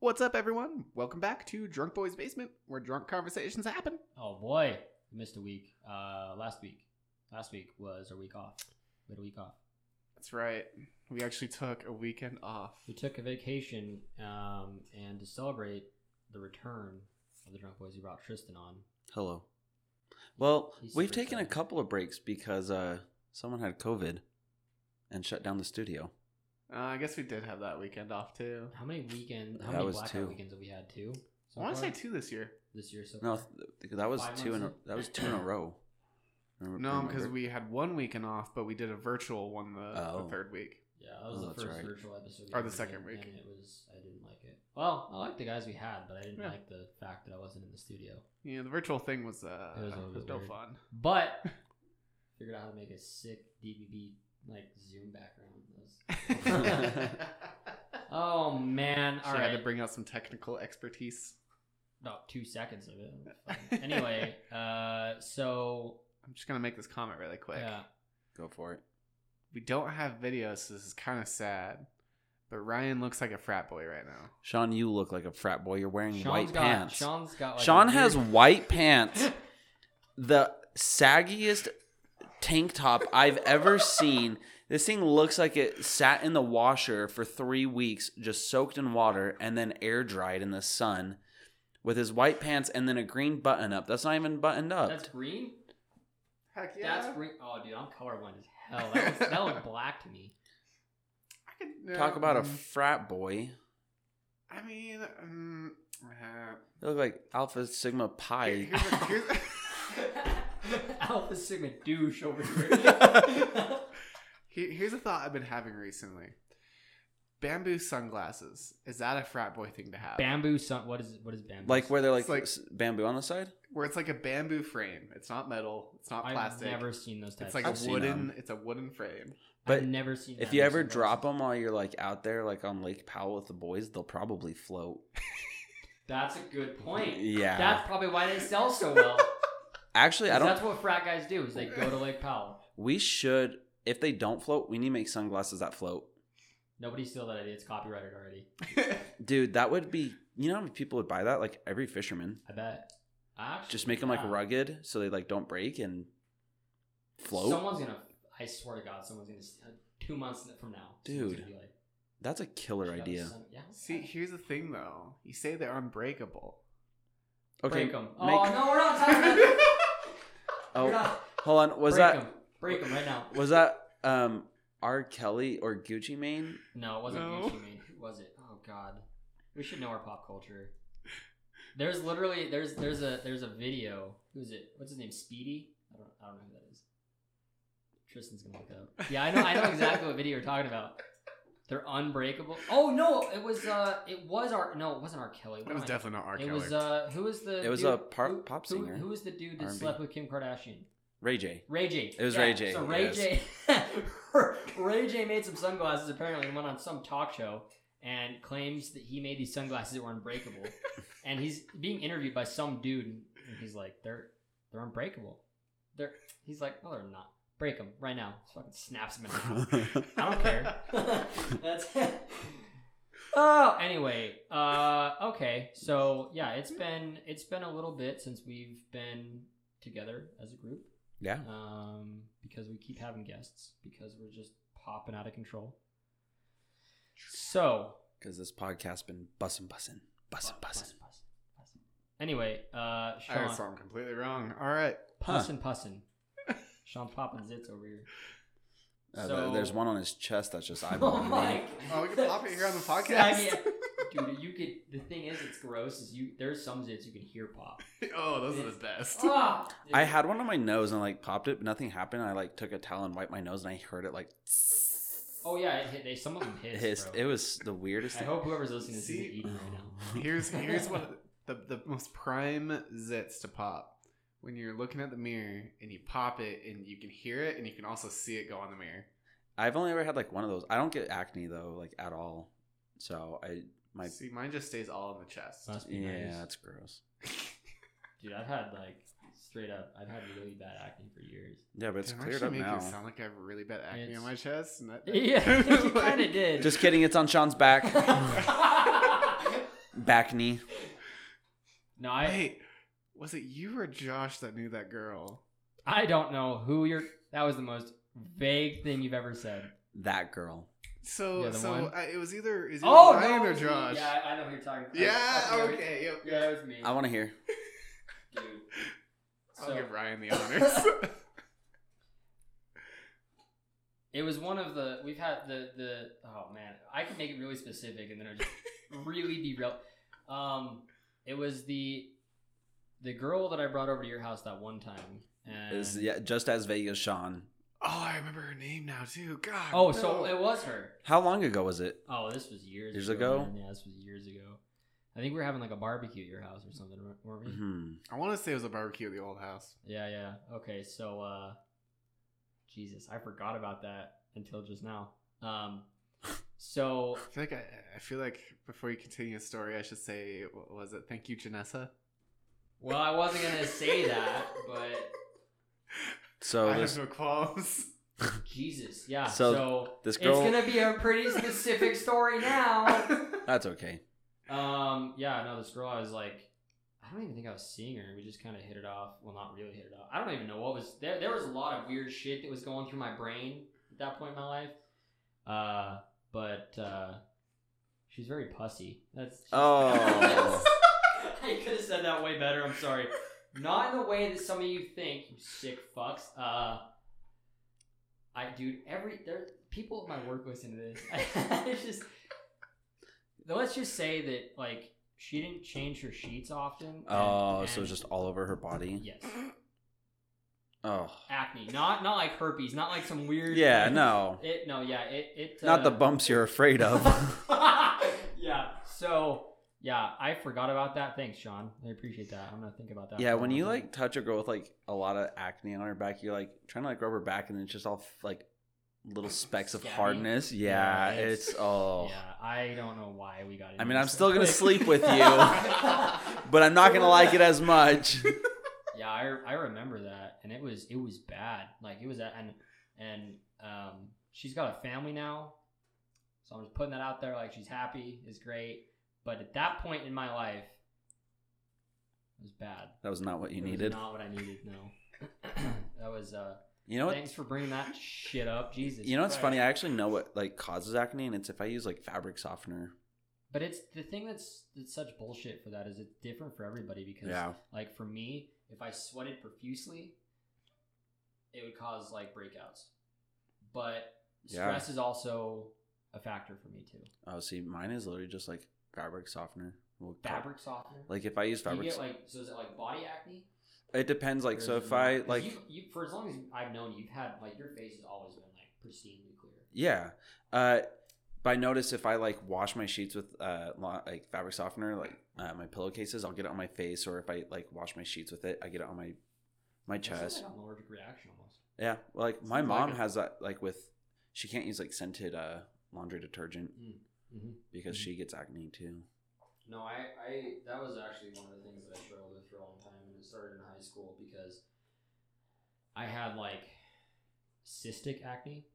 What's up, everyone? Welcome back to Drunk Boys Basement, where drunk conversations happen. Oh boy, we missed a week. Uh, last week, last week was our week off. We had a week off. That's right. We actually took a weekend off. We took a vacation, um, and to celebrate the return of the drunk boys, we brought Tristan on. Hello. Well, He's we've super taken a excited. couple of breaks because uh, someone had COVID and shut down the studio. Uh, I guess we did have that weekend off too. How many weekend? How That many was blackout two. weekends have we had? Two. so I want to far? say two this year. this year so No, far? th- that was Five two in a, months in? that was two in a row. Remember- No, because remember? we had one weekend off, but we did a virtual one the, the Oh. third week. Yeah, that was Oh, the that's first right. virtual episode. we Or the did, second and- week. and it was. I didn't like it. Well, I liked the guys we had, but I didn't Yeah. like the fact that I wasn't in the studio. Yeah, the virtual thing was uh, It was a little was bit no weird. fun. But figured out how to make a sick DVB like Zoom background. she That was- oh man! All right. had to bring out some technical expertise. about two seconds of it. anyway, uh, so I'm just gonna make this comment really quick. yeah, go for it. We don't have video, so this is kind of sad. But Ryan looks like a frat boy right now. Sean, you look like a frat boy. You're wearing Sean's white got pants. Sean, Sean's got like a has weird- white pants. The saggiest tank top I've ever seen. This thing looks like it sat in the washer for three weeks, just soaked in water and then air dried in the sun, with his white pants and then a green button up. That's not even buttoned up. That's green. Heck That's green. Oh, dude, I'm colorblind as hell. That looks, that looked black to me. I could, Talk about a Mm-hmm. um, frat boy. Mm. I mean, um, uh, You look like Alpha Sigma here- Pi. here's a- here's a- Alpha Sigma douche over here. here- here's a thought I've been having recently. Bamboo sunglasses. Is that a frat boy thing to have? bamboo sun. What is what is bamboo? like where they're It's like, like- s- bamboo on the side. Where it's like a bamboo frame. It's not metal. It's not I've plastic. never seen those types. it's like of I've a seen wooden. them. It's a wooden frame. but I've never seen. If that you many ever sunglasses. drop them while you're like out there, like on Lake Powell with the boys, they'll probably float. that's a good point. Yeah. That's probably why they sell so well. Actually, I 'Cause don't. That's what frat guys do. Is they go to Lake Powell. we should. If they don't float, we need to make sunglasses that float. Nobody steal that idea. It's copyrighted already. Dude, that would be. You know how many people would buy that? Like every fisherman. I bet. Actually, Just make them like yeah. rugged so they like don't break and float. Someone's gonna. I swear to God, someone's gonna. steal- Two months from now, someone's Dude, gonna be like, That's a killer "Shut up, idea. son." Yeah. See, here's the thing though. You say they're unbreakable. Okay. break them. make- oh no, we're not talking. About, we're Oh, not, hold on. Was break that 'em. Break them right now. was that um R. Kelly or Gucci Mane? No, it wasn't No. Gucci Mane. Who was it? Oh God, we should know our pop culture. There's literally there's there's a there's a video. Who's it? What's his name? Speedy? I don't I don't know who that is. Tristan's gonna look it up. Yeah, I know I know exactly what video you're talking about. They're unbreakable. Oh no, it was uh it was our no it wasn't our Kelly. What That was am I- definitely not R. It Kelly. was uh who was the It was dude- a par- who- pop who- singer. Who was the dude that R&B. slept with Kim Kardashian? Ray J. Ray J. It was Ray J, So Ray yes. J. Ray J made some sunglasses apparently and went on some talk show and claims that he made these sunglasses that were unbreakable. and he's being interviewed by some dude and he's like, "They're they're unbreakable." They're he's like, "No, they're not. Break them right now." Fucking snaps them in half. I don't care. That's Oh, anyway, uh, okay, so yeah, it's been it's been a little bit since we've been together as a group yeah. um, because we keep having guests because we're just popping out of control. So Because this podcast been bussin' bussin'. Bussin' bussin'. Pussin', pussin', pussin'. Anyway, uh, I heard Sean something completely wrong. All right. pussin' pussin'. Sean popping zits over here. Uh, th- there's one on his chest that's just eyeballing Oh me. my! Oh, we can pop it here on the Saggy- podcast. dude. You could. The thing is, it's gross. Is you there's some zits you can hear pop. oh, those are the best. Ah, dude. I had one on my nose and like popped it, but nothing happened. I like took a towel and wiped my nose, and I heard it like Oh yeah, it hit, they, some of them hit. hiss. It was the weirdest I thing. Oh. hope whoever's listening is See- eating right now. Here's here's one of the the most prime zits to pop when you're looking at the mirror and you pop it and you can hear it and you can also see it go on the mirror. I've only ever had like one of those. I don't get acne though, like at all. So I, my see, mine just stays all in the chest. Must be yeah, nice. that's gross. Dude, I've had like straight up, I've had really bad acne for years. Yeah, but it's Damn, I cleared actually up make now. It sound like I have really bad acne It's- on my chest. And that, Yeah, you kind of did. Just kidding. It's on Sean's back. back knee. No, I Wait, was it you or Josh that knew that girl? I don't know who you're. That was the most vague thing you've ever said. That girl. So Yeah, the so one- I, it was either is either Oh Ryan no, or Josh. Yeah, I know who you're talking. about. Yeah, I- I- okay. Yep. Yeah, it was me. I want to hear. dude. I'll So- give Ryan the honors. It was one of the we've had the the oh man I could make it really specific and then it just really be real. Um, it was the the girl that I brought over to your house that one time. And, Is yeah, just as vague as Sean. oh, I remember her name now too. God. oh, no. so it was her. How long ago was it? Oh, this was years Years ago. ago? man. Yeah, this was years ago. I think we were having like a barbecue at your house or something, weren't- weren't we? Hmm. I want to say it was a barbecue at the old house. Yeah, yeah. Okay, so uh Jesus, I forgot about that until just now. Um so I feel like I, I feel like before you continue the story, I should say what was it? Thank you, Janessa. well I wasn't gonna say that, but So I Oh, this have no qualms. Jesus, yeah. So, So, this girl. it's gonna be a pretty specific story now. That's okay. Um yeah, no, this girl I was like I don't even think I was seeing her. We just kind of hit it off. Well, not really hit it off. I don't even know what was there. There was a lot of weird shit that was going through my brain at that point in my life. Uh, but uh, she's very pussy. That's Oh. I could have said that way better. I'm sorry. Not in the way that some of you think, you sick fucks. Uh, I dude, every there people at my work listen to this. it's just let's just say that like she didn't change her sheets often. Oh, and- so it's just all over her body. yes, Oh. acne. Not not like herpes. Not like some weird. Yeah. like, No. It no yeah it it Not the uh, bumps you're afraid of. yeah. So yeah, I forgot about that. Thanks, Sean. I appreciate that. I'm gonna think about that. yeah. for When a you moment. like touch a girl with like a lot of acne on her back, you're like trying to like rub her back, and it's just all like little specks of Scabby. hardness. Yeah. Yeah, it's- It's oh. Yeah, I don't know why we got. I into mean, I'm this. still gonna sleep with you, yeah, but I'm not gonna like it as much. I, I remember that, and it was it was bad. Like it was a- and and um, she's got a family now, so I'm just putting that out there. Like she's happy, is great, but at that point in my life, it was bad. That was not what you It was needed. not what I needed. No, that was uh. You know what? Thanks for bringing that shit up, Jesus. You know what's Christ. funny? I actually know what like causes acne, and it's if I use like fabric softener. But it's the thing that's, that's such bullshit for that is it's different for everybody because like for me, if I sweated profusely, it would cause like breakouts. But Yeah. stress is also a factor for me too. Oh, see, mine is literally just like fabric softener. Will co- Fabric softener. Like if I use Do you fabric, get like so is it like body acne? it depends. Like Or so, is it if not? I 'Cause like, you, you, for as long as I've known you, you've had like your face has always been like pristinely clear. yeah. Uh, but I notice if I like wash my sheets with uh lo- like fabric softener, like uh, my pillowcases, I'll get it on my face, or if I like wash my sheets with it, I get it on my my That sounds chest. like an allergic reaction almost. Yeah, well, like my Sounds like mom it. has that. Like with, she can't use like scented uh laundry detergent Mm-hmm. because Mhm. she gets acne too. No, I, I that was actually one of the things that I struggled with for a long time, and it started in high school because I had like cystic acne,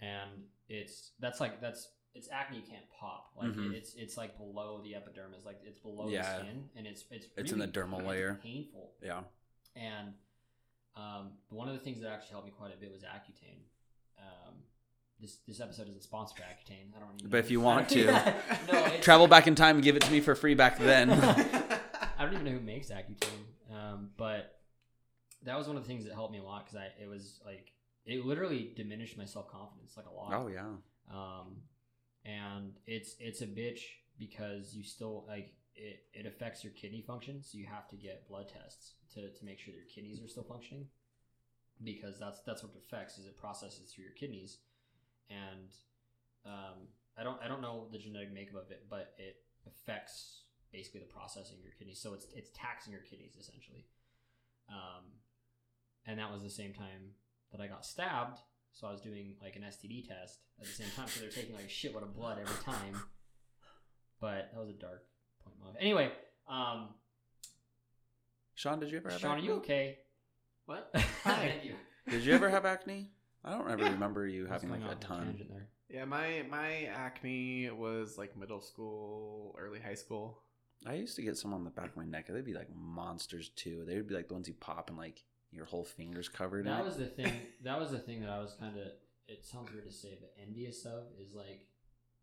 and it's that's like that's it's acne you can't pop like Mhm. it's it's like below the epidermis, like it's below Yeah. the skin, and it's it's It's in the really dermal pain- layer. painful. Yeah. And um, one of the things that actually helped me quite a bit was Accutane. Um, this this episode isn't sponsored by Accutane. I don't. Even But if you want to. no, it's, Travel back in time and give it to me for free back then. I don't even know who makes Accutane, um, but that was one of the things that helped me a lot because I it was like it literally diminished my self confidence like a lot. oh yeah. Um, and it's it's a bitch because you still like it, it affects your kidney function, so you have to get blood tests to, to make sure that your kidneys are still functioning because that's that's what it affects is it processes through your kidneys and um, I don't I don't know the genetic makeup of it, but it affects basically the processing of your kidneys. So it's it's taxing your kidneys essentially. Um, and that was the same time that I got stabbed. So I was doing like an STD test at the same time. So they're taking like a shitload of blood every time. But that was a dark point. in my life. Anyway, um, Sean, did you ever have Sean, are acne? you okay? What? Hi. Thank you. Did you ever have acne? I don't ever Yeah. remember you I was having going like a off on ton. tangent there. Yeah, my my acne was like middle school, early high school. I used to get some on the back of my neck. They'd be like monsters too. They'd be like the ones you pop and like your whole fingers covered in That it. was the thing. That was the thing that I was kind of. It sounds weird to say, but envious of is like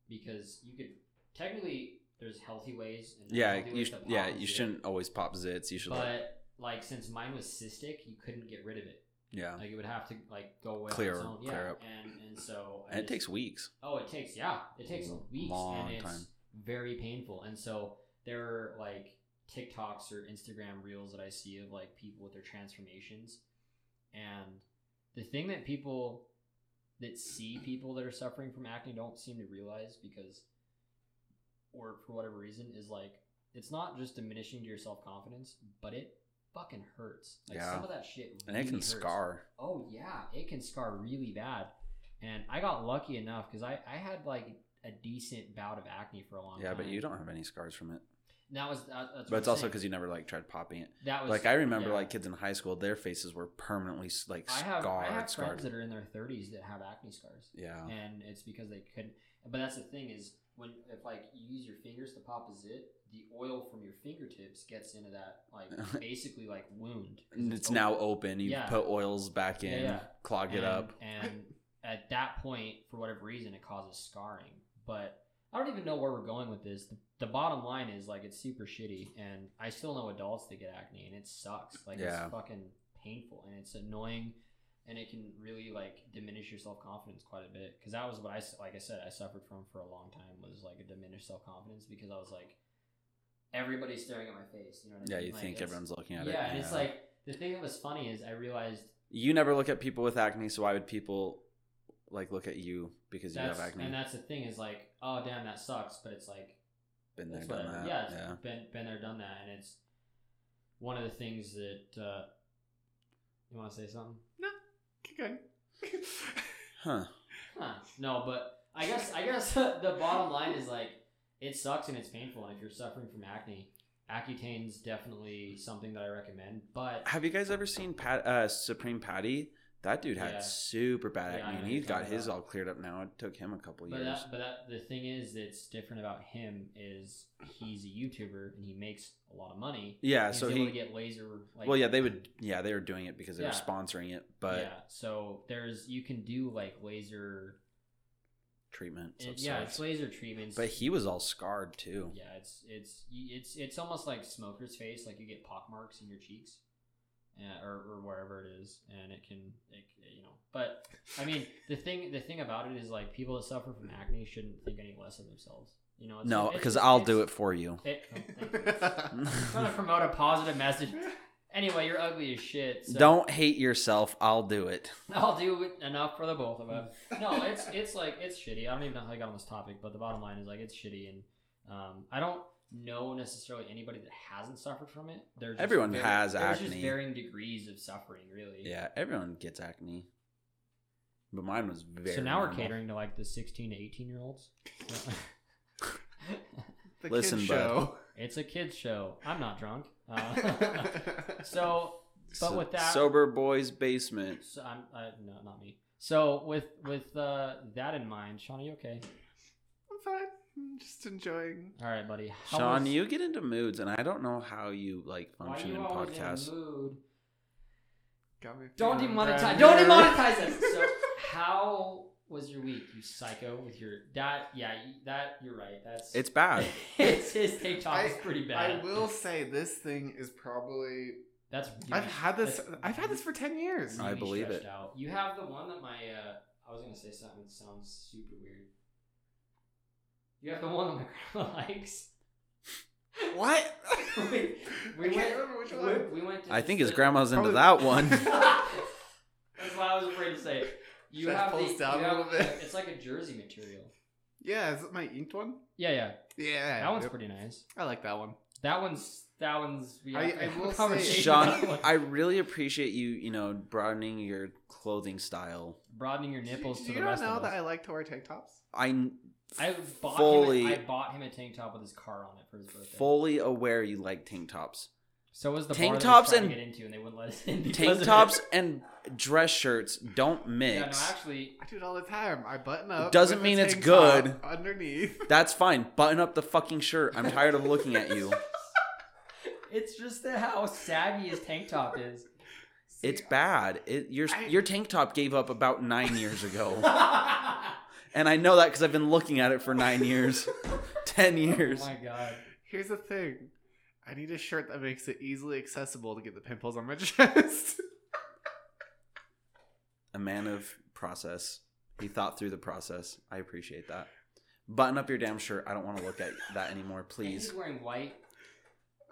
because you could technically there's healthy ways. And yeah, unhealthy you ways sh- to pop yeah, and you shit. shouldn't always pop zits. You should like But like since mine was cystic, you couldn't get rid of it. yeah. Like it would have to like go away. Clear- on its own. clear yeah. up. And and so I And it just- takes weeks. Oh, it takes yeah, it takes Long weeks and it's time. very painful. And so there are like TikToks or Instagram reels that I see of like people with their transformations, and the thing that people that see people that are suffering from acne don't seem to realize because, or for whatever reason, is like it's not just diminishing to your self confidence, but it fucking hurts. Like Yeah. some of that shit, And it really can hurts. scar. Oh yeah, it can scar really bad. And I got lucky enough because I, I had like a decent bout of acne for a long Yeah, time. but you don't have any scars from it. And That was that, that's. But it's also because you never like tried popping it. that was Like I remember, yeah. like kids in high school, their faces were permanently s- like I have scarred. I have friends scarred. that are in their thirties that have acne scars, yeah, and it's because they couldn't. But that's the thing is when if like you use your fingers to pop a zit, the oil from your fingertips gets into that like basically like wound. 'cause And it's now open. open. You Yeah. put oils back in, Yeah. clog it and, up. And at that point, for whatever reason, it causes scarring. But I don't even know where we're going with this. The, the bottom line is like it's super shitty, and I still know adults that get acne, and it sucks. Like Yeah. it's fucking painful, and it's annoying, and it can really like diminish your self confidence quite a bit. Because that was what I s- like I said I suffered from for a long time was like a diminished self confidence because I was like everybody's staring at my face. You know what I Yeah, mean? you Like, think it's- everyone's looking yeah, at it. and it's like the thing that was funny is I realized you never look at people with acne, so why would people like look at you because you That's, have acne? And that's the thing is like, oh damn, that sucks. But it's like, Been there, it's done whatever. that. Yeah, Yeah, it's been been there, done that, and it's one of the things that uh, you want to say something. Keep going. Huh? Huh. No, but I guess I guess the bottom line is like it sucks and it's painful, and if you're suffering from acne, Accutaine's definitely something that I recommend. But Have you guys ever seen Pat, uh, Supreme Patty? That dude had Yeah. super Yeah, I bad acne. know and who he's you're got talking his about. all cleared up now. It took him a couple but years. that, but that, the thing is that's different about him is he's a YouTuber and he makes a lot of money. yeah, He's so able he. to get laser. Like, well, yeah, they would. Yeah, they were doing it because they were Yeah. sponsoring it, but yeah, so there's you can do like laser. treatment. it- of yeah, sorts. it's laser treatments. But he was all scarred too. yeah, it's it's it's it's almost like smoker's face. Like you get pock marks in your cheeks, uh, or, or wherever it is, and it can it, you know. But I mean, the thing the thing about it is like people that suffer from acne shouldn't think any less of themselves. You know, it's, no, it- because it's- I'll it's- do it for you. it- oh, thank you. I'm trying to promote a positive message. Anyway, you're ugly as shit. So. Don't hate yourself. I'll do it. I'll do it enough for the both of us. No, it's it's like it's shitty. I don't even know how I got on this topic, but the bottom line is like it's shitty, and um, I don't know necessarily anybody that hasn't suffered from it. There's Everyone has there's acne. just varying degrees of suffering, really. Yeah, everyone gets acne. But mine was very. So now we're normal. catering to like the 16 to 18 year olds. The Listen, kids bud. it's a kids show. I'm not drunk. Uh, so, but So- with that, sober boys basement. so I'm uh, no, not me. So with with uh, that in mind, Sean, are you okay? I'm fine. I'm just enjoying. All right, buddy. How Sean, was- you get into moods, and I don't know how you like Why function you in always in a podcasts. mood? Got me Don't feeling demonetize. bad. Don't demonetize us. So, how was your week, you psycho? With your that, yeah, you- that you're right. That's It's bad. it's his TikTok is pretty bad. I will say this thing is probably. That's I've had this. that's I've had this for ten years. I really believe stretched it. Out. You have the one that my. Uh, I was gonna say something that sounds super weird. You have the one that my grandma likes. What? We- we I can't went- remember which We, one. we went. To I think his the- grandma's into Probably- that one. That's why I was afraid to say it. You Should I have pull the, this down you a have- little bit? It's like a jersey material. Yeah, is it my inked one? Yeah, yeah. Yeah, That one's yep. pretty nice. I like that one. That one's that one's. We I- have to I have a will say- conversation about that Sean, one. I really appreciate you, you know, broadening your clothing style. broadening your nipples Do, to you the not rest know of that us. I like to wear tank tops? I I, bought fully, him. A, I bought him a tank top with his car on it for his birthday. fully aware you like tank tops. So was the Tank bar tops that we tried and- to get into, and they wouldn't let us in. because of Tank it. tops and dress shirts don't Yeah, no, mix. actually, I do it all the time. I button up. Doesn't with a mean it's tank top good. Underneath. That's fine. Button up the fucking shirt. I'm tired of looking at you. it's just that how saggy his tank top is. It's bad. It, your I- your tank top gave up about nine years ago, oh and I know that because I've been looking at it for nine years, ten years. my god. Here's the thing. I need a shirt that makes it easily accessible to get the pimples on my chest. A man of process. He thought through the process. I appreciate that. Button up your damn shirt. I don't want to look at that anymore, And please. He's wearing white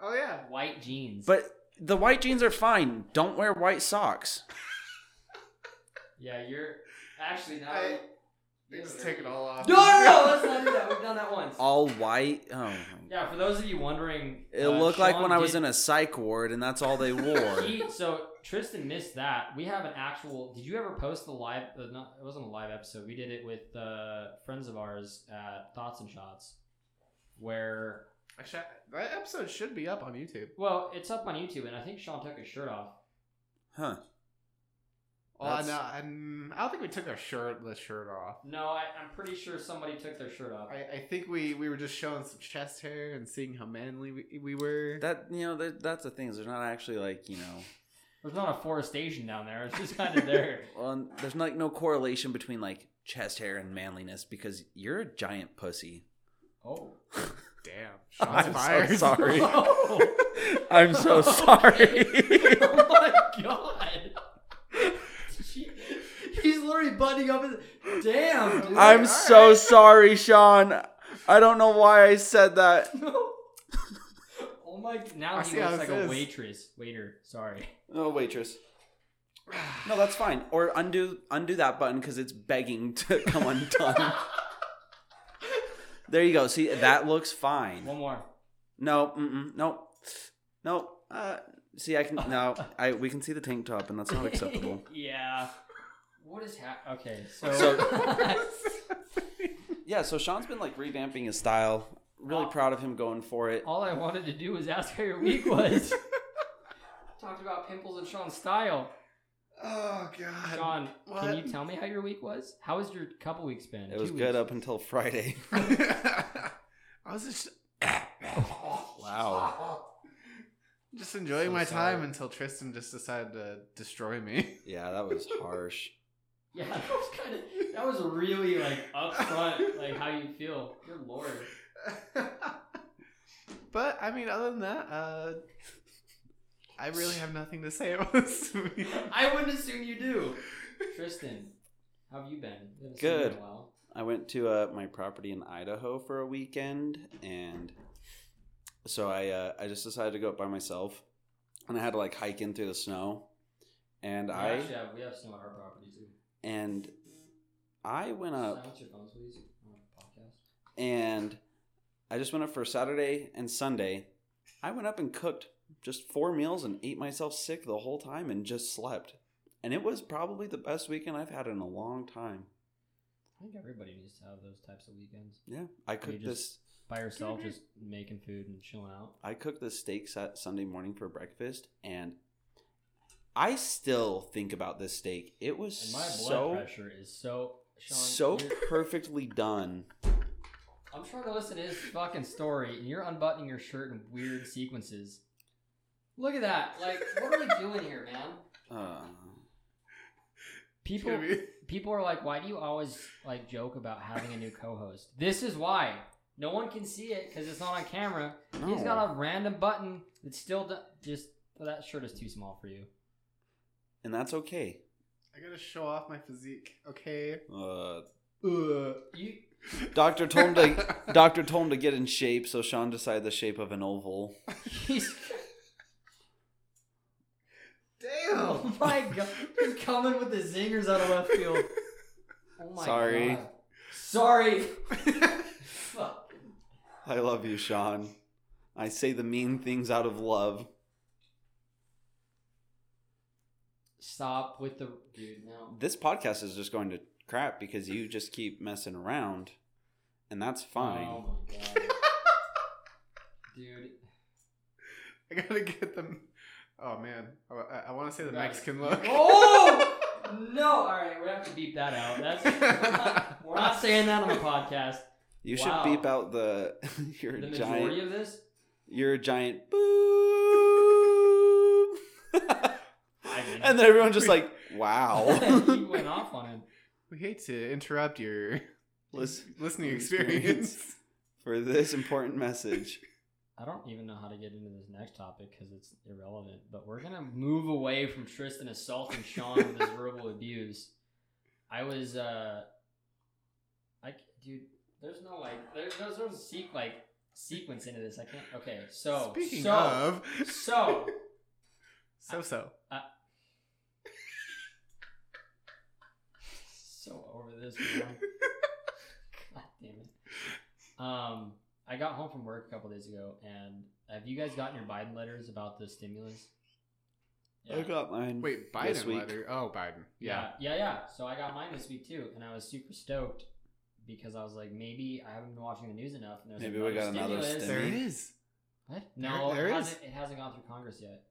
oh yeah. white jeans. But the white jeans are fine. Don't wear white socks. yeah, you're actually not. I- Just take it all off. No, no, no, let's not do that. We've done that once. All white. Oh, my Yeah, for those of you wondering, uh, It looked like when I was in a psych ward, and that's all they wore. He, so Tristan missed that. We have an actual. Did you ever post the live? Uh, not, it wasn't a live episode. We did it with uh, friends of ours at Thoughts and Shots, where I sh- that episode should be up on YouTube. well, it's up on YouTube, and I think Sean took his shirt off. Huh? Well, That's- no, I'm- I don't think we took our shirt the shirt off. No, I, I'm pretty sure somebody took their shirt off. I, I think we, we were just showing some chest hair and seeing how manly we, we were. That you know, that, that's the thing. Is there's not actually like you know, There's not a forestation down there. It's just kind of there. well, and there's like no correlation between like chest hair and manliness because you're a giant pussy. Oh, Damn. I'm Shots fired. so sorry. Oh. I'm so sorry. oh my god. She- he's literally butting up his. Damn, dude. I'm All so right. sorry, Sean. I don't know why I said that. oh my. Now I he see how looks like this a is. waitress. Waiter, sorry. Oh, waitress. No, that's fine. Or undo undo that button because it's begging to come undone. there you go. See, that looks fine. One more. No, mm-mm, no, no. Uh, see, I can no. I we can see the tank top, and that's not acceptable. yeah. What is happening? Okay, so. yeah, so Sean's been like revamping his style. Really proud of him going for it. all I wanted to do was ask how your week was. Talked about pimples and Sean's style. Oh, God. Sean, what? can you tell me how your week was? How has your couple weeks been? It was Two good weeks? up until Friday. I was just Wow. just enjoying So my sorry. time until Tristan just decided to destroy me. Yeah, that was harsh. Yeah, that was kind of that was really like upfront, like how you feel. Good lord. but I mean, other than that, uh, I really have nothing to say about this movie. I wouldn't assume you do. Tristan, how have you been? We haven't seen you in Good. a while. I went to uh, my property in Idaho for a weekend, and so I uh, I just decided to go up by myself, and I had to like hike in through the snow, and We I actually have we have snow on our property too. and I went uh, up Silence your phones, please. on the podcast. and I just went up for Saturday and Sunday. I went up and cooked just four meals and ate myself sick the whole time and just slept. And it was probably the best weekend I've had in a long time. I think everybody needs to have those types of weekends. Yeah, I cooked just- this By yourself, just making food and chilling out. I cooked this steak sat Sunday morning for breakfast, and I still think about this steak. It was And my blood so pressure is so Sean, so you're- perfectly done. I'm trying to listen to his fucking story, and you're unbuttoning your shirt in weird sequences. Look at that! Like, what are we doing here, man? Uh, People, people are like, why do you always like joke about having a new co-host? This is why. No one can see it because it's not on camera. He's no. got a random button that's still do- just well, that shirt is too small for you. and that's okay. I gotta show off my physique, okay? Uh, You doctor told him to doctor told him to get in shape, so Sean decided the shape of an oval. he's Damn! oh my god, he's coming with the zingers out of left field. Oh my Sorry. God. sorry. Fuck. I love you, Sean. I say the mean things out of love. Stop with the dude. No. This podcast is just going to crap because you just keep messing around, Oh and that's fine. Oh my god, dude. I gotta get them. Oh man, I, want to say the Right. Mexican look. Oh no! All right, we have to beep that out. That's we're not, we're not saying that on the podcast. You Wow. should beep out the your The giant majority of this, your giant boom. I mean, and then everyone just like, wow. he went off on it. We hate to interrupt your Listen listening Experience. experience. for this important message. I don't even know how to get into this next topic because it's irrelevant. But we're gonna move away from Tristan assaulting Sean with his verbal abuse. I was, uh, I dude, there's no like, there's there's no sequ- like sequence into this. I can't. Okay, so Speaking so, of, so so so. so over this one. God damn it. Um, I got home from work a couple days ago, and have you guys gotten your Biden letters about the stimulus? I got mine. Wait, This Biden week. letter. Oh, Biden. Yeah. yeah, yeah, yeah. So I got mine this week too, and I was super stoked because I was like, maybe I haven't been watching the news enough. And there's Maybe we got another stimulus. stim. There it is. What? No, There- there it, is. hasn't, it hasn't gone through Congress yet.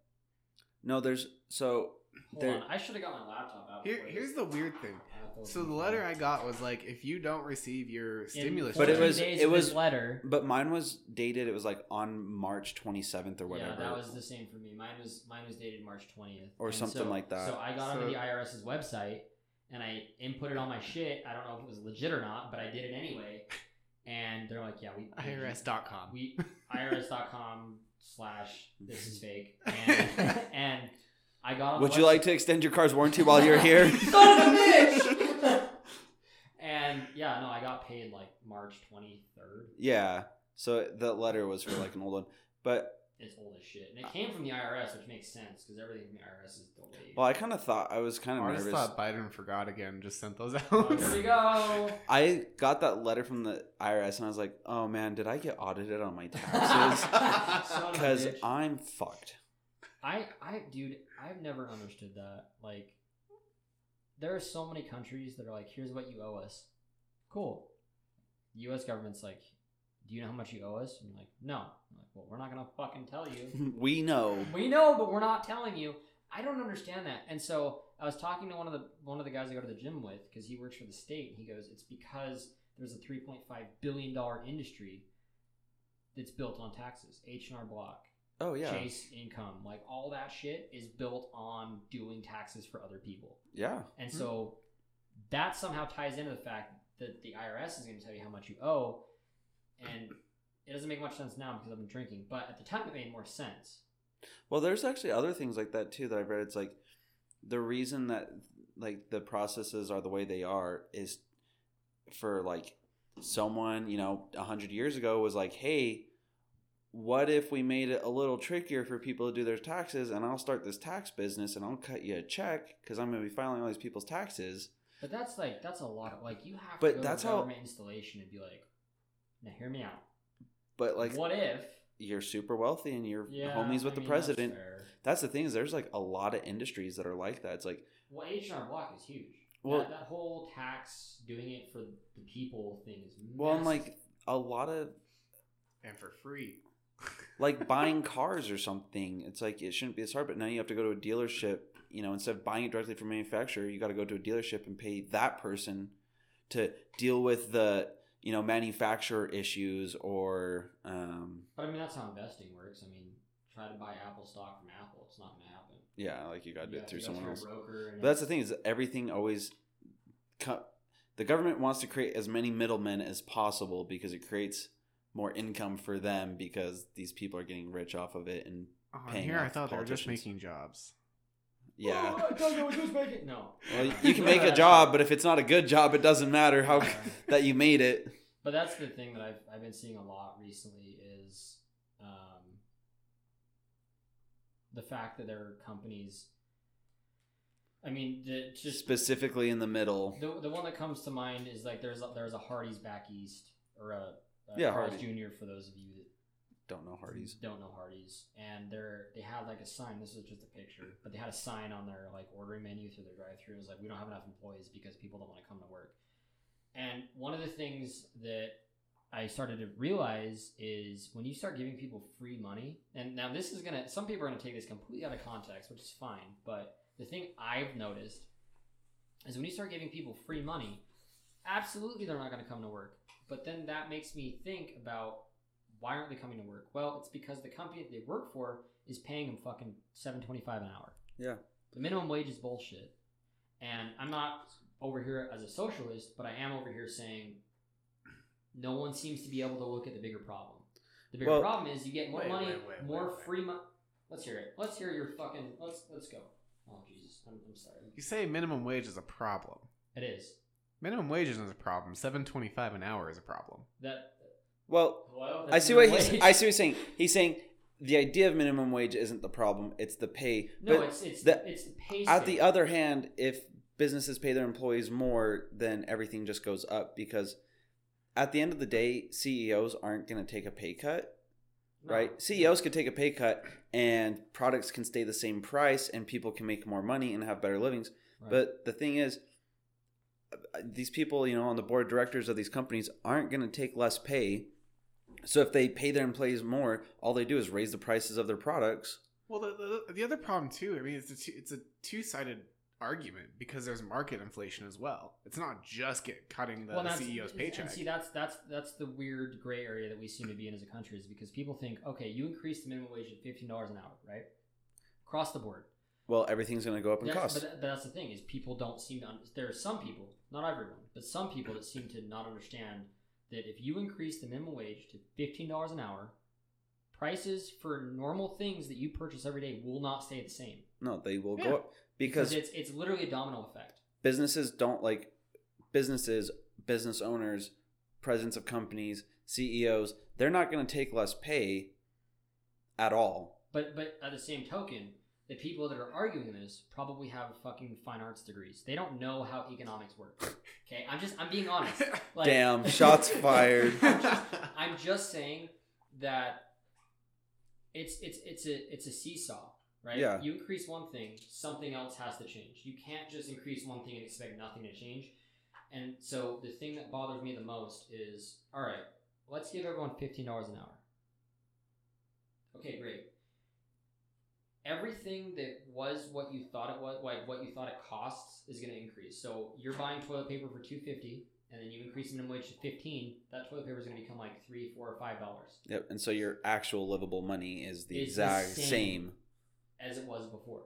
No, there's so Hold There- on, I should have got my laptop out. Here- before here's this. the weird thing. I have to So open the it. letter I got was like, if you don't receive your In stimulus, But it check- 14 was- days it of was- this letter. but mine was dated it was like on March 27th or whatever. Yeah, that was the same for me. Mine was mine was dated March twentieth Or something like that. So I got onto So- the IRS's website and I inputted all my shit. I don't know if it was legit or not, but I did it anyway. And they're like, "Yeah, we IRS.com. we IRS.com slash this is fake." And, and I got. on the Would you like website- to extend your car's warranty while you're here? Son of a bitch. and yeah, no, I got paid like March twenty third. yeah. So that letter was for like an old one. But It's old as shit, and it came from the IRS, which makes sense because everything from the IRS is delayed. well, I kind of thought I was kind of I nervous. just thought Biden forgot again, just sent those Oh, out. here we go. I got that letter from the IRS and I was like, "Oh man, did I get audited on my taxes?" Son of a Because bitch. I'm fucked. I, I, dude, I've never understood that. Like, there are so many countries that are like, here's what you owe us. Cool. The U.S. government's like, do you know how much you owe us? And you're like, no. I'm like, well, we're not gonna fucking tell you. We know. we know, but we're not telling you. I don't understand that. And so I was talking to one of the one of the guys I go to the gym with because he works for the state. He goes, it's because there's a 3.5 billion dollar industry that's built on taxes. H and R Block, Oh yeah. chase income like all that shit is built on doing taxes for other people Yeah. and so that somehow ties into the fact that the irs is going to tell you how much you owe and it doesn't make much sense now because i've been drinking but at the time it made more sense Well, there's actually other things like that too that I've read. It's like the reason that like the processes are the way they are is for like someone you know a hundred years ago was like, hey, what if we made it a little trickier for people to do their taxes, and I'll start this tax business and I'll cut you a check because I'm going to be filing all these people's taxes. but that's like that's a lot of like you have But to go that's to a how- government installation and be like now hear me out But like what if you're super wealthy and you're yeah homies with I the mean, that's president. fair. That's, the thing is there's like a lot of industries that are like that. It's like Well, H&R Block is huge. Well- that, that whole tax doing it for the people thing is massive. well, and like a lot of and for free. like buying cars or something. It's like it shouldn't be this hard, but now you have to go to a dealership. You know, instead of buying it directly from manufacturer, you got to go to a dealership and pay that person to deal with the you know manufacturer issues or um, but I mean that's how investing works. I mean, try to buy Apple stock from Apple, it's not gonna happen. yeah, like you got to do You it have through to go someone a else. broker and But that's the thing is everything always. Co- the government wants to create as many middlemen as possible because it creates more income for them because these people are getting rich off of it and On Paying Oh, here, I off thought they were just politicians. making jobs. yeah. Oh, I don't know who's making. No. Well, you can make a job, but if it's not a good job, it doesn't matter how that you made it. Um, But that's the thing that I've I've been seeing a lot recently is um, the fact that there are companies. I mean, the, just Specifically in the middle. The, the one that comes to mind is like there's a, there's a Hardy's back east or a, a Yeah, Carl's Hardee's. Jr. for those of you that Don't know Hardee's. don't know Hardy's, and they're they had like a sign. This is just a picture, but they had a sign on their like ordering menu through their drive-through. It was like we don't have enough employees because people don't want to come to work. And one of the things that I started to realize is when you start giving people free money, and now this is gonna some people are gonna take this completely out of context, which is fine. But the thing I've noticed is when you start giving people free money, absolutely they're not gonna come to work. But then that makes me think about why aren't they coming to work? Well, it's because the company that they work for is paying them fucking seven twenty five an hour. Yeah. The minimum wage is bullshit. And I'm not over here as a socialist, but I am over here saying no one seems to be able to look at the bigger problem. The bigger Well- problem is you get more Wait, money, wait, wait, more wait, wait. free money. Let's hear it. Let's hear your fucking. Let's let's go. Oh Jesus, I'm, I'm sorry. You say minimum wage is a problem. It is Minimum wage isn't a problem. Seven twenty-five an hour is a problem. that. Well, Hello. I That's see what minimum he's. wage. I see what he's saying. He's saying the idea of minimum wage isn't the problem; it's the pay. No, but it's it's the- it's the pay. at the scale. other hand, if businesses pay their employees more, then everything just goes up because at the end of the day, CEOs aren't going to take a pay cut, No. right? E CEOs could take a pay cut, and products can stay the same price, and people can make more money and have better livings. Right. But the thing is, uh, these people, you know, on the board of directors of these companies aren't going to take less pay. So if they pay their employees more, all they do is raise the prices of their products. Well, the, the, the other problem too. I mean, it's a two, it's a two-sided argument because there's market inflation as well. It's not just get cutting the that's- CEO's and- paycheck. And see, that's that's that's the weird gray area that we seem to be in as a country is because people think, okay, you increase the minimum wage to fifteen dollars an hour, right? Across the board. Well, everything's going to go up in That's, cost. But, uh, that- but that's the thing is people don't seem to. Un- there are some people, not everyone, but some people that seem to not understand that if you increase the minimum wage to fifteen dollars an hour, prices for normal things that you purchase every day will not stay the same No, they will Yeah. go up because it's it's literally a domino effect. businesses don't like businesses, business owners, presidents of companies, CEOs. They're not going to take less pay at all. But but at the same token, the people that are arguing this probably have fucking fine arts degrees. They don't know how economics work. Okay, I'm just I'm being honest. Like, Damn, shots fired. I'm, just, I'm just saying that it's it's it's a it's a seesaw, right? Yeah. You increase one thing, something else has to change. You can't just increase one thing and expect nothing to change. And so the thing that bothers me the most is, all right, let's give everyone fifteen dollars an hour. Okay, great. Everything that was what you thought it was, like what you thought it costs, is going to increase. So you're buying toilet paper for two fifty, and then you increase the minimum wage to fifteen. That toilet paper is going to become like three, four, or five dollars Yep. And so your actual livable money is the Is the exact same. same. as it was before.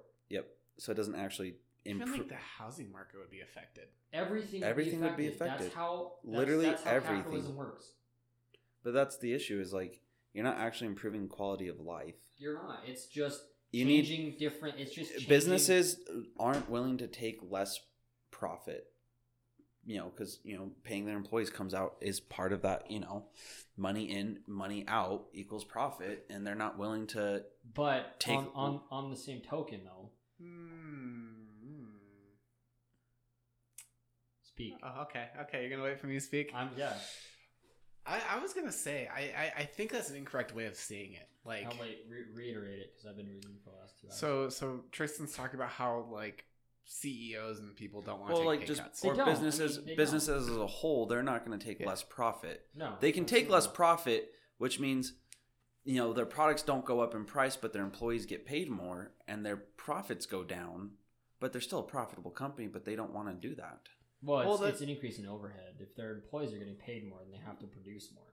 so it doesn't actually I feel improve. like the housing market would be affected. Everything would Everything be would be affected. That's affected. how that's, Literally that's how everything. capitalism works. but that's the issue is like you're not actually improving quality of life. You're not. It's just You need changing different. It's just changing. businesses aren't willing to take less profit you know because you know paying their employees comes out is part of that you know money in money out equals profit and they're not willing to But take- on, on on the same token, though, Hmm. speak. Oh, okay. Okay, you're gonna wait for me to speak. I'm yeah. I, I was gonna say I, I I think that's an incorrect way of seeing it. Like I'll wait, re- reiterate it because I've been reading for the last two hours. so so Tristan's talking about how like CEOs and people don't want to well take like pay just cuts. They or don't. businesses I mean, they businesses as a whole they're not going to take Yeah. less profit no, they can take absolutely less not. profit which means you know their products don't go up in price but their employees get paid more and their profits go down but they're still a profitable company but they don't want to do that well, it's, Well, that- it's an increase in overhead. If their employees are getting paid more, then they have to produce more.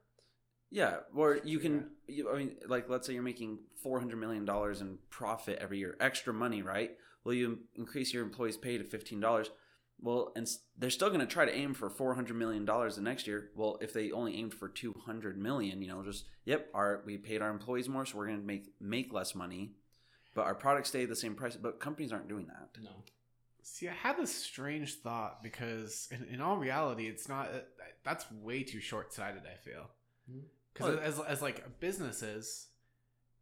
Yeah, or you Yeah. can. You, I mean, like, let's say you're making four hundred million dollars in profit every year, extra money, right? Well, you increase your employees' pay to fifteen dollars. Well, and s- they're still going to try to aim for four hundred million dollars the next year. Well, if they only aimed for two hundred million, you know, just yep, our we paid our employees more, so we're going to make make less money, but our products stay the same price. But companies aren't doing that. No, See, I had this strange thought because, in, in all reality, it's not. Uh, that's way too short sighted. I feel Mhm. because Hmm. Well, as as like businesses,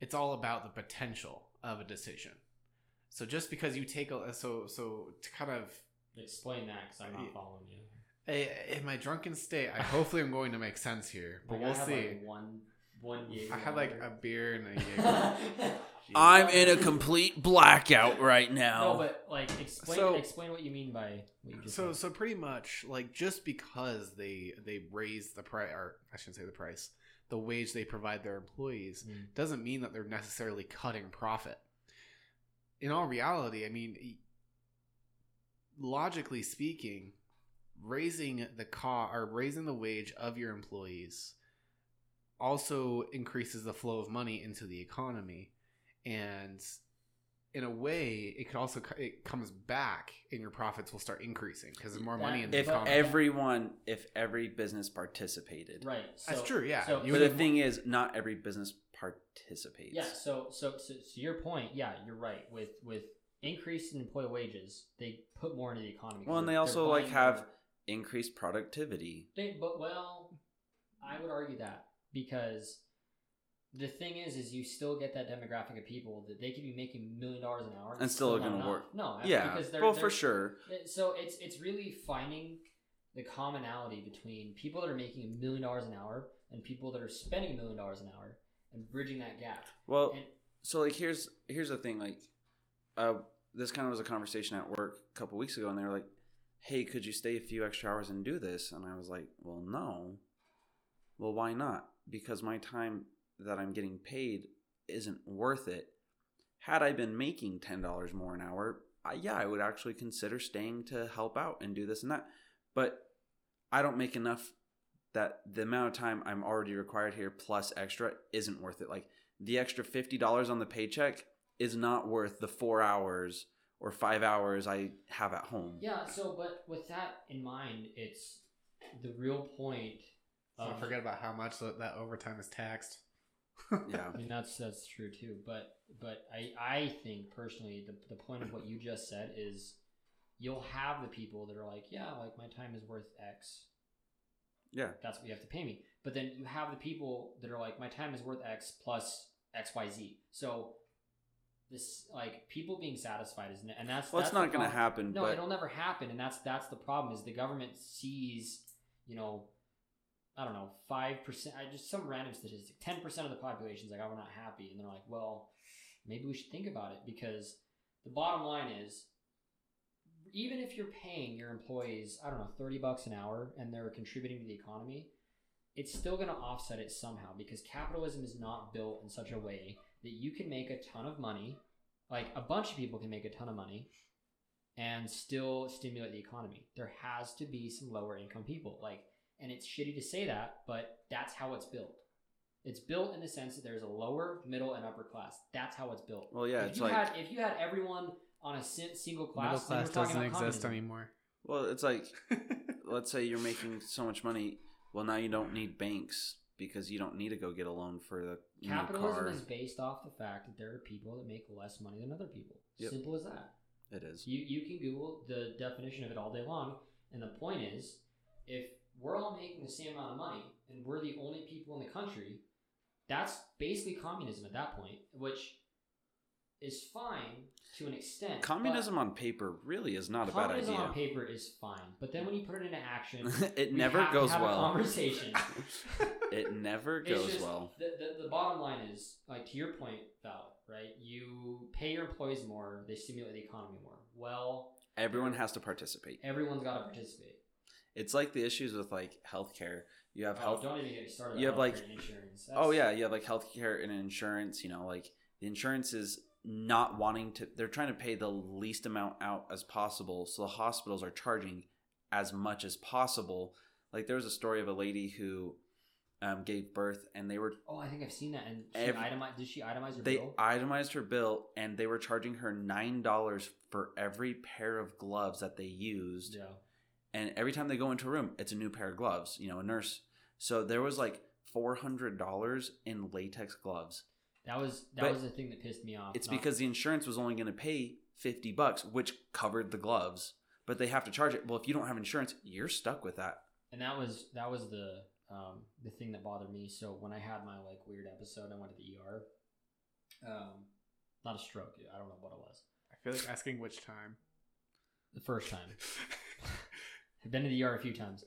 it's all about the potential of a decision. So just because you take a so so to kind of explain that because I'm Yeah. not following you. eh, in my drunken state, I hopefully I'm going to make sense here, but Like, I we'll have, see. Like one, one. yay I had or like a whatever. beer and a Jaeger. I'm in a complete blackout right now. No, but like explain So- explain what you mean by what you just So said. so pretty much like just because they they raise the price or I shouldn't say the price, the wage they provide their employees Mm. doesn't mean that they're necessarily cutting profit. In all reality, I mean y- logically speaking, raising the cost or raising the wage of your employees also increases the flow of money into the economy and in a way it could also co- it comes back and your profits will start increasing because there's more money in the if But- economy everyone, if every business participated, right. So, that's true yeah so- You but would the have- thing is, not every business participates. Yeah. So, so so so your point. Yeah, you're right. With with increase in employee wages, they put more into the economy. 'cause Well, and they're- they they're also, like, buying have- more. Increased productivity. They, but well, I would argue that because the thing is, is you still get that demographic of people that they could be making million dollars an hour And still not gonna enough. work. No, yeah. because they're, well, they're, for sure. it- So it's it's really finding the commonality between people that are making a million dollars an hour and people that are spending a million dollars an hour and bridging that gap. Well, And- so like here's here's the thing. Like, uh, this kind of was a conversation at work a couple weeks ago, and they were like, "Hey, could you stay a few extra hours and do this?" And I was like, "Well, no. Well, why not? Because my time that I'm getting paid isn't worth it. Had I been making ten dollars more an hour, I, yeah, I would actually consider staying to help out and do this and that. But I don't make enough." That the amount of time I'm already required here plus extra isn't worth it. Like the extra $50 on the paycheck is not worth the four hours or five hours I have at home. Yeah. So, but with that in mind, it's the real point. Don't of- forget about how much tho- that overtime is taxed Yeah. I mean that's that's true too, but but I I think personally the the point of what you just said is you'll have the people that are like yeah like my time is worth X Yeah. that's what you have to pay me, but then you have the people that are like my time is worth X plus X Y Z so this like people being satisfied is n- and that's Well, that's it's the not going to problem. happen, No, but it'll never happen, and that's that's the problem. Is the government sees, you know, I don't know, five percent, I just some random statistic, ten percent of the population's like, oh, we're not happy, and they're like, well, maybe we should think about it because the bottom line is, even if you're paying your employees, I don't know, thirty bucks an hour, and they're contributing to the economy, it's still going to offset it somehow because capitalism is not built in such a way that you can make a ton of money, like a bunch of people can make a ton of money and still stimulate the economy. There has to be some lower income people. Like, and it's shitty to say that, but that's how it's built. It's built in the sense that there's a lower, middle, and upper class. That's how it's built. well, yeah, if it's you like, had if you had everyone on a sin- single middle class, then class we're talking doesn't about exist communism. anymore well, it's like, let's say you're making so much money. Well, now you don't need banks because you don't need to go get a loan for the new Capitalism car. is based off the fact that there are people that make less money than other people. Yep. Simple as that. It is. You you can Google the definition of it all day long, and the point is, if we're all making the same amount of money and we're the only people in the country, that's basically communism at that point, which is fine to an extent. but Communism on paper really is not a bad communism on idea. paper is fine, but then when you put it into action, it we never have to goes have a well. conversation. It never It's goes just- well. The, the, the bottom line is, like to your point, Val, right? You pay your employees more, they stimulate the economy more. Well, Everyone has to participate. everyone's got to participate. It's like the issues with like healthcare. You have Oh, health Don't even get me started. you on have, like- healthcare and insurance. Oh That's- yeah, you have like healthcare and insurance. You know, like the insurance is not wanting to. They're trying to pay the least amount out as possible, so the hospitals are charging as much as possible. Like there was a story of a lady who um, gave birth, and they were Oh, I think I've seen that. And she Every- itemi- did she itemize her they bill? itemized her bill, and they were charging her nine dollars for every pair of gloves that they used. yeah. and every time they go into a room it's a new pair of gloves you know a nurse so there was like $400 in latex gloves That was that But was the thing that pissed me off. it's Not- because the insurance was only going to pay 50 bucks which covered the gloves but they have to charge it well if you don't have insurance you're stuck with that and that was that was the um, the thing that bothered me. So when I had my like weird episode, I went to the ER. Um, not a stroke. I don't know what it was. i feel like asking which time The first time I've been to the ER a E few times.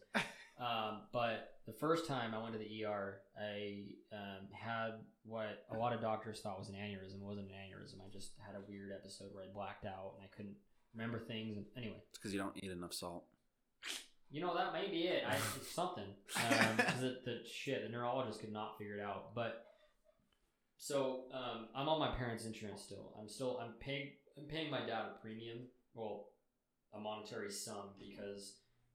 Um, but the first time I went to the ER, I um, had what a lot of doctors thought was an aneurysm. It wasn't an aneurysm. I just had a weird episode where I blacked out and I couldn't remember things. And anyway, It's because you don't eat enough salt. you know, that may be it. I, it's something. Um, 'cause the, the shit, the neurologist could not figure it out. But so um, I'm on my parents' insurance still. I'm still I'm paying I'm paying my dad a premium, well, a monetary sum because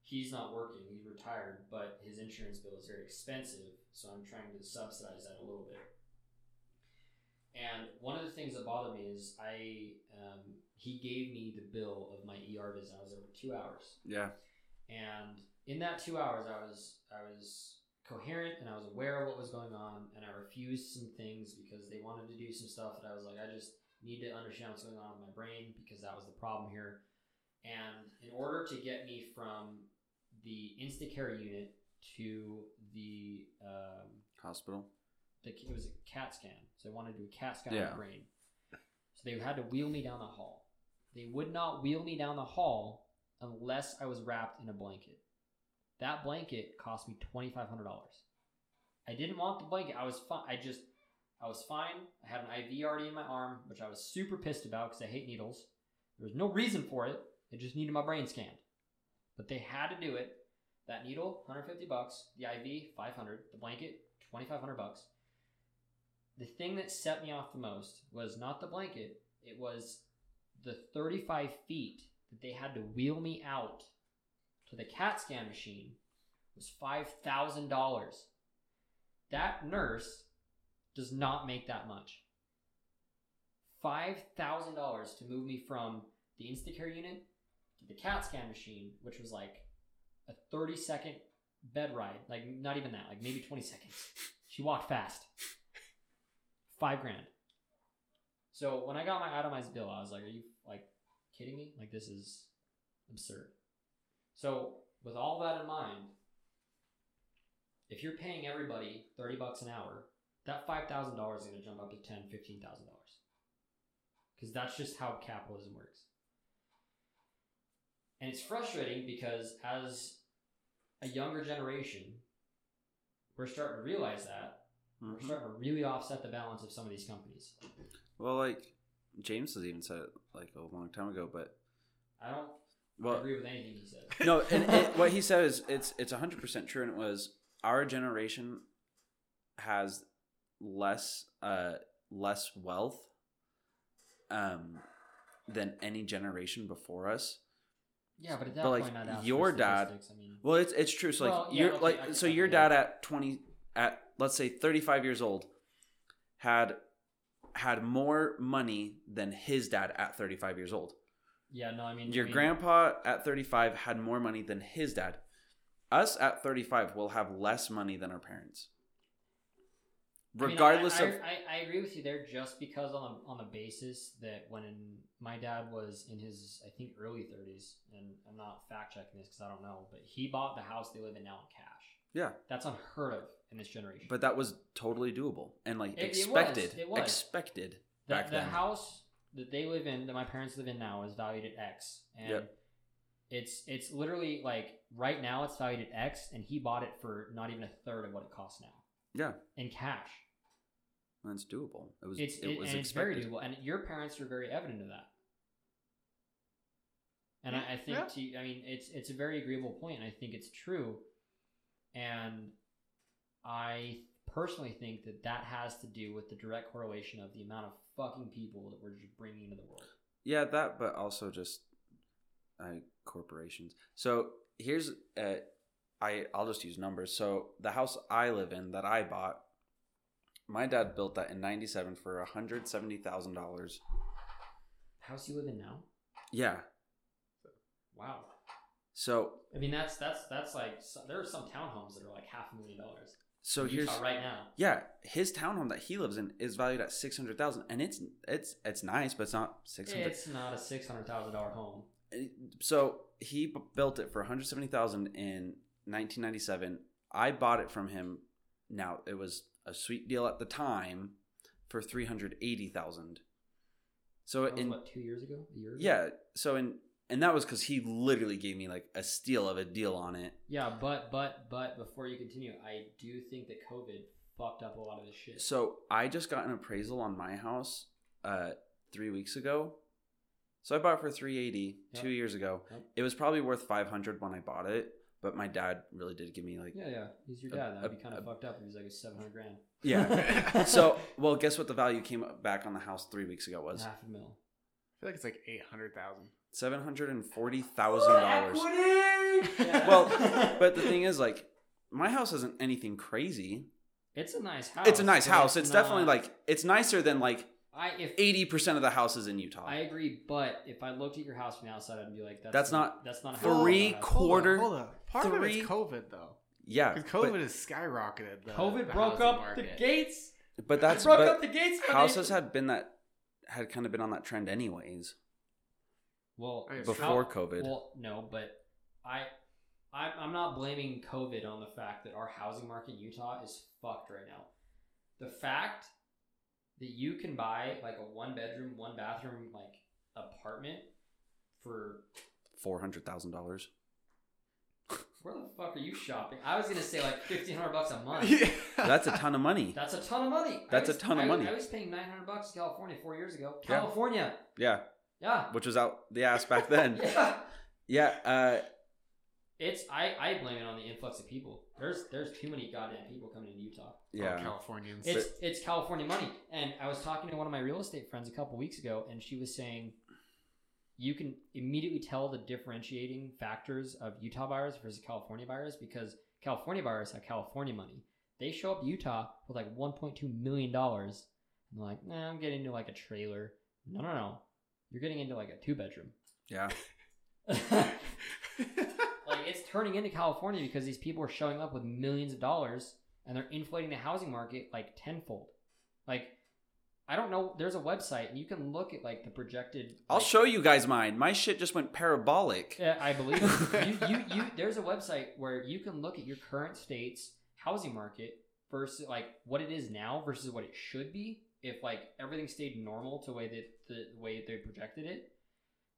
he's not working. He's retired, but his insurance bill is very expensive. So I'm trying to subsidize that a little bit. And one of the things that bothered me is I um, he gave me the bill of my ER visit. I was there for two hours Yeah. and in that two hours i was i was coherent and i was aware of what was going on and i refused some things because they wanted to do some stuff that i was like i just need to understand what's going on with my brain because that was the problem here and in order to get me from the instacare unit to the um, Hospital. the, it was a CAT scan. So they wanted to do a CAT scan on Yeah. my brain. So they had to wheel me down the hall. They would not wheel me down the hall unless I was wrapped in a blanket. That blanket cost me twenty five hundred dollars. I didn't want the blanket. I was fine. I just I was fine. I had an IV already in my arm, which I was super pissed about because I hate needles. There was no reason for it. I just needed my brain scanned. But they had to do it. That needle, 150 bucks. The IV, 500. The blanket, 2500 bucks the thing that set me off the most was not the blanket it was the 35 feet that they had to wheel me out to the cat scan machine was $5000 that nurse does not make that much $5000 to move me from the instacare unit to the cat scan machine which was like a 30 second bed ride like not even that like maybe 20 seconds she walked fast five grand. So when I got my itemized bill, I was like, "Are you like kidding me? Like this is absurd." So with all that in mind, if you're paying everybody thirty bucks an hour, that five thousand dollars is going to jump up to ten, fifteen thousand dollars, because that's just how capitalism works. And it's frustrating because as a younger generation, we're starting to realize that we're Mhm. starting to really offset the balance of some of these companies. Well, like James has even said it like a long time ago, but I don't well, agree with anything he says. no, and it, what he said is it's it's hundred percent true, and it was our generation has less uh less wealth um than any generation before us. Yeah, but at that But, like, point, I'd ask for your dad- statistics. I mean, Well, it's it's true. So like Well, yeah, you're okay, like I can- so I your can- dad at twenty at let's say thirty five years old had had more money than his dad at thirty five years old. yeah, no, I mean I Your mean, grandpa at 35 had more money than his dad. Us at 35 will have less money than our parents. I mean, Regardless I, of I, I, I agree with you there, just because on the, on the basis that when my dad was in his, I think early thirties, and I'm not fact checking this because I don't know, but he bought the house they live in now in cash. Yeah. that's unheard of in this generation. but that was totally doable and like It- it was, expected. it was. Expected. the, back the then. house that they live in that my parents live in now is valued at x and Yep. it's it's literally like right now it's valued at x and he bought it for not even a third of what it costs now Yeah. in cash That's doable. It was it's it, was and it's very expected. doable and your parents are very evident of that and I, I think Yeah. to, I mean it's it's a very agreeable point and I think it's true and I personally think that that has to do with the direct correlation of the amount of fucking people that we're just bringing into the world yeah, that but also just uh, corporations. So here's uh, I I'll just use numbers. So the house I live in that I bought, my dad built that in 97 for $170,000. house you live in now? Yeah. Wow. So I mean, that's that's that's like so, there are some townhomes that are like half a million dollars. so in here's Utah right now. yeah, his townhome that he lives in is valued at six hundred thousand, and it's it's it's nice, but it's not six hundred. It's not a six hundred thousand dollar home. So he b- built it for one hundred seventy thousand in nineteen ninety seven. I bought it from him. Now it was a sweet deal at the time for three hundred eighty thousand. So That was, in what two years ago? A year? Ago? yeah, so in and that was because he literally gave me like a steal of a deal on it. Yeah, but but but before you continue, I do think that COVID fucked up a lot of this shit. So I just got an appraisal on my house uh, three weeks ago. So I bought it for 380 Yep. two years ago. Yep. It was probably worth 500 when I bought it, but my dad really did give me like yeah, yeah, he's your A- dad. That'd a- be kind a- of fucked up if he's like it's seven hundred grand. yeah. I so well, guess what? The value came back on the house three weeks ago was half a mil. feel like it's like eight hundred thousand. seven hundred and forty thousand dollars. Yeah. Well, But the thing is, like, my house isn't anything crazy. it's a nice house. It's a nice but house. It's definitely Oh, not- like it's nicer than like I if eighty percent of the houses in Utah. I agree, but if I looked at your house from the outside, I'd be like, that's, That's not that's not a house. three That's not quarter. Hold up. Part three- of it's COVID though, yeah, because but- COVID has skyrocketed. The, a house. COVID the broke housing up the market. gates. but, that's broke but up the gates. for houses the- had been that had kind of been on that trend anyways well Okay, so- before how- COVID. Well, no, but I, I I'm not blaming COVID on the fact that our housing market in Utah is fucked right now. The fact that you can buy like a one bedroom, one bathroom like apartment for Four hundred thousand dollars. where the fuck are you shopping? I was gonna say like fifteen hundred bucks a month. Yeah. That's a ton of money. That's a ton of money. I That's a was- ton of I- money. I was paying nine hundred bucks in California four years ago. Yeah. California, Yeah, yeah, which was out the ass back then. yeah. yeah, uh, It's I, I blame it on the influx of people. There's there's too many goddamn people coming to Utah. All yeah. Californians. It's it's California money. And I was talking to one of my real estate friends a couple weeks ago, and she was saying you can immediately tell the differentiating factors of Utah buyers versus California buyers because California buyers have California money. They show up to Utah with like 1.2 million dollars, and they're like, "Nah, I'm getting into like a trailer." No, no, no, you're getting into like a two bedroom. Yeah, like it's turning into California because these people are showing up with millions of dollars and they're inflating the housing market like tenfold. Like I don't know. There's a website and you can look at like the projected. I'll like- show you guys mine. My shit just went parabolic. Yeah, I believe it. you, you. You there's a website where you can look at your current state's housing market versus like what it is now versus what it should be if like everything stayed normal to way that the way they projected it.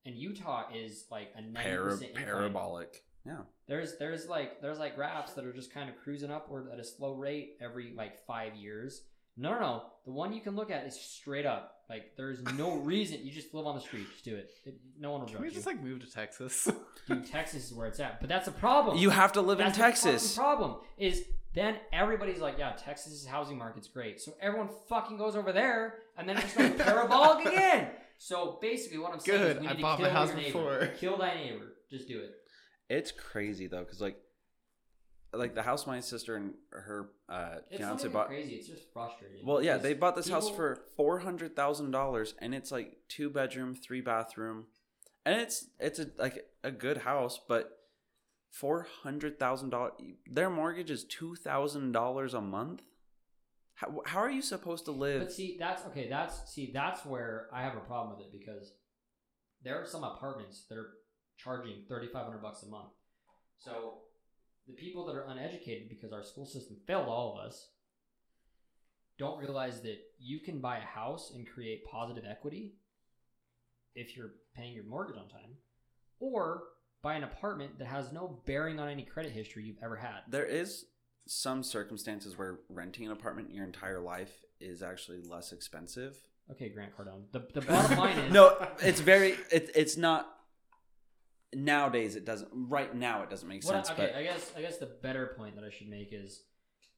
And Utah is like a ninety Para- percent parabolic. Yeah. there's there's like there's like graphs that are just kind of cruising upward at a slow rate every like five years. No, no, no. The one you can look at is straight up. Like there's no reason. You just live on the street. Just do it. It- no one will Can judge we you. just like move to Texas? Dude, Texas is where it's at. But that's a problem. You have to live Oh, that's in the Texas. fucking problem is then everybody's like, yeah, Texas's housing market's great. So everyone fucking goes over there, and then it's going parabolic again. So basically, what I'm saying Good, is we I need to bought my kill house your neighbor. before. Kill thy neighbor. Just do it. It's crazy though, because like, like the house my sister and her uh, It's not fiance even bought. crazy. It's just frustrating. Well, yeah, Because they bought this house people- for four hundred thousand dollars, and it's like two bedroom, three bathroom, and it's it's a like a good house, but four hundred thousand dollars. Their mortgage is two thousand dollars a month. How how are you supposed to But live? see, that's okay. That's see, that's where I have a problem with it because there are some apartments that are charging thirty five hundred bucks a month. So the people that are uneducated because our school system failed all of us don't realize that you can buy a house and create positive equity if you're paying your mortgage on time, or buy an apartment that has no bearing on any credit history you've ever had. There is some circumstances where renting an apartment your entire life is actually less expensive. Okay, Grant Cardone. The, the bottom line is No, it's very it, it's not nowadays it doesn't right now it doesn't make What I- sense okay, I guess I guess the better point that I should make is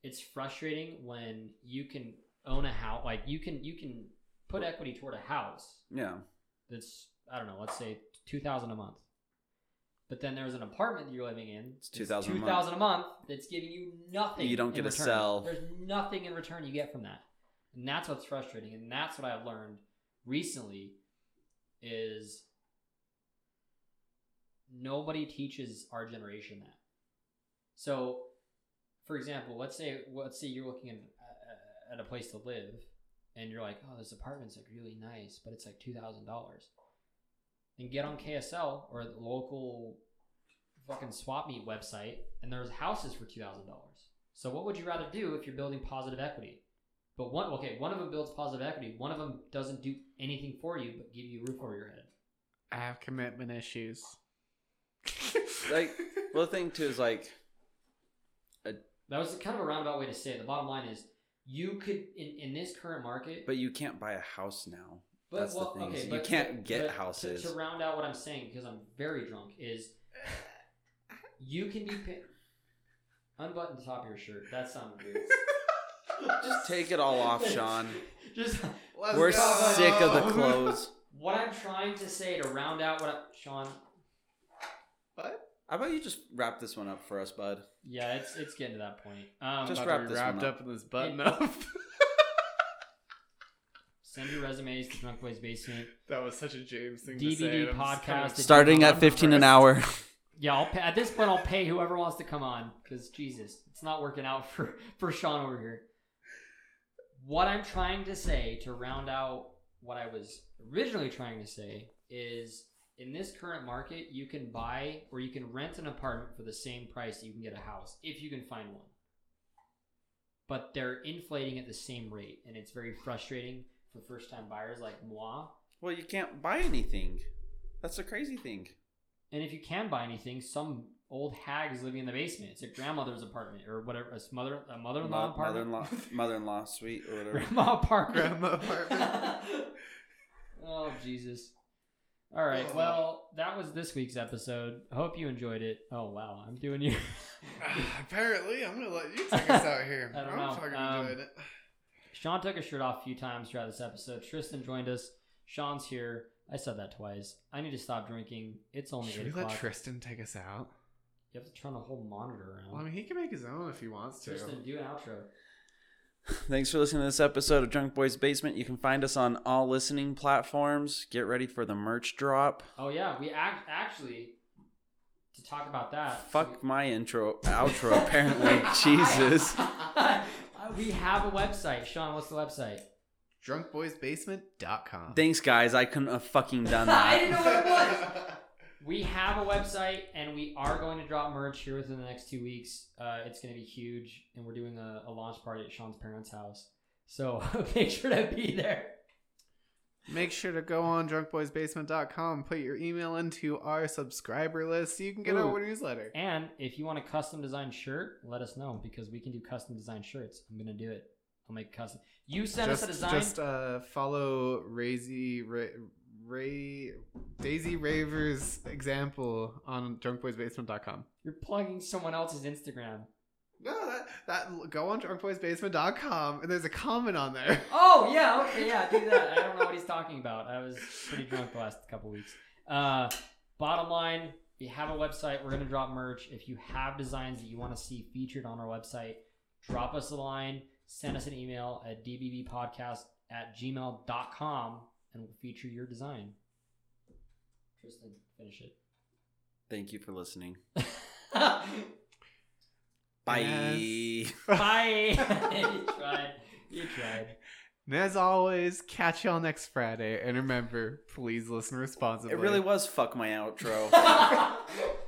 it's frustrating when you can own a house, like you can you can put equity toward a house but yeah that's I don't know, let's say two thousand a month, but then there's an apartment that you're living in. It's 2,000 a Two month. thousand a month. That's giving you nothing. You don't in get to return. sell. There's nothing in return you get from that, and that's what's frustrating. And that's what I've learned recently is nobody teaches our generation that. So, for example, let's say let's say you're looking at, at a place to live, and you're like, "Oh, this apartment's like really nice, but it's like two thousand dollars." And get on KSL or the local fucking swap meet website, and there's houses for two thousand dollars. So, what would you rather do if you're building positive equity? But one, okay, one of them builds positive equity. One of them doesn't do anything for you but give you a roof over your head. I have commitment issues. Like, Well, the thing too is like, That was kind of a roundabout way to say it. The bottom line is, you could in, in this current market, but you can't buy a house now. but- that's the well, thing, okay, is you but- can't but- get but to- houses. To, round out what I'm saying, because I'm very drunk, is you can be pa- unbutton the top of your shirt. That sounded weird. Just take it all off, Sean. Just Let's We're go! sick of the clothes. what I'm trying to say to round out what I, Sean. How about you just wrap this one up for us, bud? Yeah, it's it's getting to that point. Um, Just About to wrap be this wrapped one up. up in this button up. send your resumes to Drunk Boys Basement. that was such a James thing. to say, and DVD I'm just podcast. kinda- Did you Starting know at I'm 15 an impressed? hour. Yeah, I'll pay, at this point I'll pay whoever wants to come on because Jesus, it's not working out for for Sean over here. What I'm trying to say to round out what I was originally trying to say is in this current market you can buy or you can rent an apartment for the same price that you can get a house if you can find one. But they're inflating at the same rate and it's very frustrating for first time buyers like moi. Well, you can't buy anything. That's the crazy thing. And if you can buy anything, some old hag is living in the basement. It's a grandmother's apartment or whatever, a mother a mother-in-law Mo- apartment, mother-in-law, mother-in-law suite or whatever. grandma apartment, Grandma apartment. oh Jesus! All right, Oh. well that was this week's episode. Hope you enjoyed it. Oh wow, I'm doing you. Apparently, I'm gonna let you take us out here. I don't I'm know. fucking Um, enjoying it. Sean took his shirt off a few times throughout this episode. Tristan joined us. Sean's here. I said that twice. I need to stop drinking. It's only Should eight we let o'clock. Tristan take us out? you have to turn the whole monitor around. Well, I mean, he can make his own if he wants to. Tristan, do an outro. Thanks for listening to this episode of Drunk Boys Basement. You can find us on all listening platforms. Get ready for the merch drop. Oh yeah, we act actually to talk about that. Fuck my intro, outro. Apparently, Jesus. we have a website, Sean. What's the website? Drunkboysbasement.com. Thanks, guys. I couldn't have fucking done I that. didn't know what it was. We have a website, and we are going to drop merch here within the next two weeks. Uh, it's going to be huge, and we're doing a, a launch party at Sean's parents' house. So make sure to be there. Make sure to go on drunkboysbasement.com, put your email into our subscriber list so you can get Ooh. our newsletter. And if you want a custom designed shirt, let us know because we can do custom designed shirts. I'm going to do it. I'll make custom. You send just us a design. just uh, follow Razy Ray, Ray Daisy Raver's example on drunkboysbasement.com. You're plugging someone else's Instagram. No, that, that go on drunkboysbasement.com and there's a comment on there. Oh yeah, okay, yeah, do that. I don't know what he's talking about. I was pretty drunk the last couple weeks. Uh, bottom line, we have a website. We're gonna drop merch. If you have designs that you want to see featured on our website, drop us a line. Send us an email at dbbpodcast at gmail.com and we'll feature your design. Tristan, finish Thank you for listening. it. Bye. Yes. Bye. you tried. You tried. And as always, catch y'all next Friday. And remember, please listen responsibly. It really was fuck my outro. Bye.